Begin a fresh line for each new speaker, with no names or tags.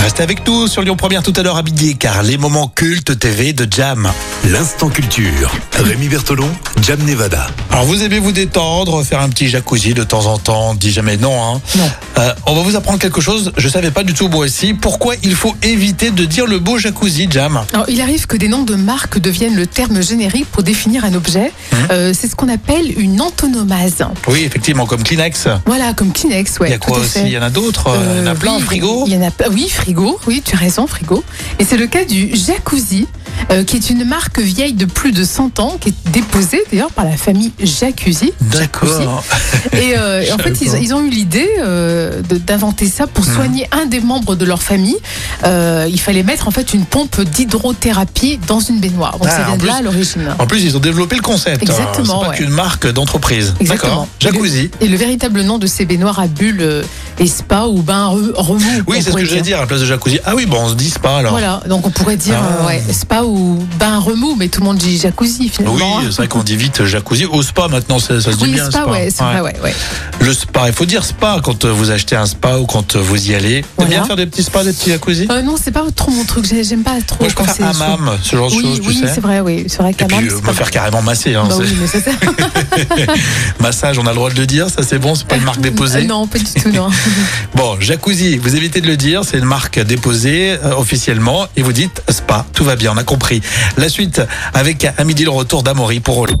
Restez avec nous sur Lyon Première tout à l'heure à midi, car les moments cultes TV de Jam.
L'instant culture. Rémi Bertolon, Jam Nevada.
Alors vous aimez vous détendre, faire un petit jacuzzi de temps en temps, on dit jamais non. Hein.
Non.
Euh, on va vous apprendre quelque chose, je savais pas du tout moi aussi, pourquoi il faut éviter de dire le mot jacuzzi, Jam.
Alors, il arrive que des noms de marques deviennent le terme générique pour définir un objet.
Hein
Euh, c'est ce qu'on appelle une antonomase.
Oui, effectivement, comme Kleenex.
Voilà, comme Kleenex, ouais.
il y a
tout
quoi
à
aussi
fait.
Il y en a d'autres, il y en a
Euh,
plein,
oui,
frigo.
Il y en a plein. Oui, frigo. Oui, tu as raison, frigo. Et c'est le cas du Jacuzzi, euh, qui est une marque vieille de plus de 100 ans, qui est déposée d'ailleurs par la famille Jacuzzi. Jacuzzi.
D'accord.
Et, euh, et en fait,
J'avoue.
ils, ils ont eu l'idée euh, de- d'inventer ça pour
Mmh.
soigner un des membres de leur famille. Euh, il fallait mettre en fait une pompe d'hydrothérapie dans une baignoire. Donc
Ah,
ça
en
vient de
plus-
là à l'origine.
En plus, ils ont développé le concept. hein.
Exactement,
C'est pas
ouais.
qu'une marque d'entreprise. D'accord.
Exactement.
Jacuzzi.
Et le véritable nom de ces baignoires à bulles euh, et spa ou bain re- remous.
Oui,
on
c'est ce
pourrait
que j'allais dire à la place de jacuzzi. Ah oui, bon, on se dit pas alors.
Voilà, donc on pourrait dire
Ah.
euh, ouais, spa ou bain remous, mais tout le monde dit jacuzzi
Oui,
finalement. hein.
c'est vrai qu'on dit vite jacuzzi. Au spa maintenant, ça, ça se dit
Oui,
bien.
spa, ouais, c'est vrai, ouais, ouais.
Le spa, il faut dire spa quand euh, vous achetez un spa ou quand euh, vous y allez. T'aimes
Voilà.
bien faire des petits spas, des petits jacuzzi
Euh, non, c'est pas trop mon truc, j'ai- j'aime pas trop
Moi, je
quand
préfère
c'est-
hammam, ce genre de
Oui,
choses, tu
oui,
sais.
c'est vrai, oui, c'est vrai
Et
qu'hammam,
puis euh,
c'est
me
pas
faire carrément masser. Hein,
Bah
c'est-
oui, mais ça, ça-
Massage, on a le droit de le dire, ça c'est bon, c'est pas une marque déposée.
Non, pas du tout, non.
Bon, jacuzzi, vous évitez de le dire, c'est une marque déposée euh, officiellement et vous dites spa, tout va bien, on a compris. La suite avec à midi le retour d'Amaury pour Roland.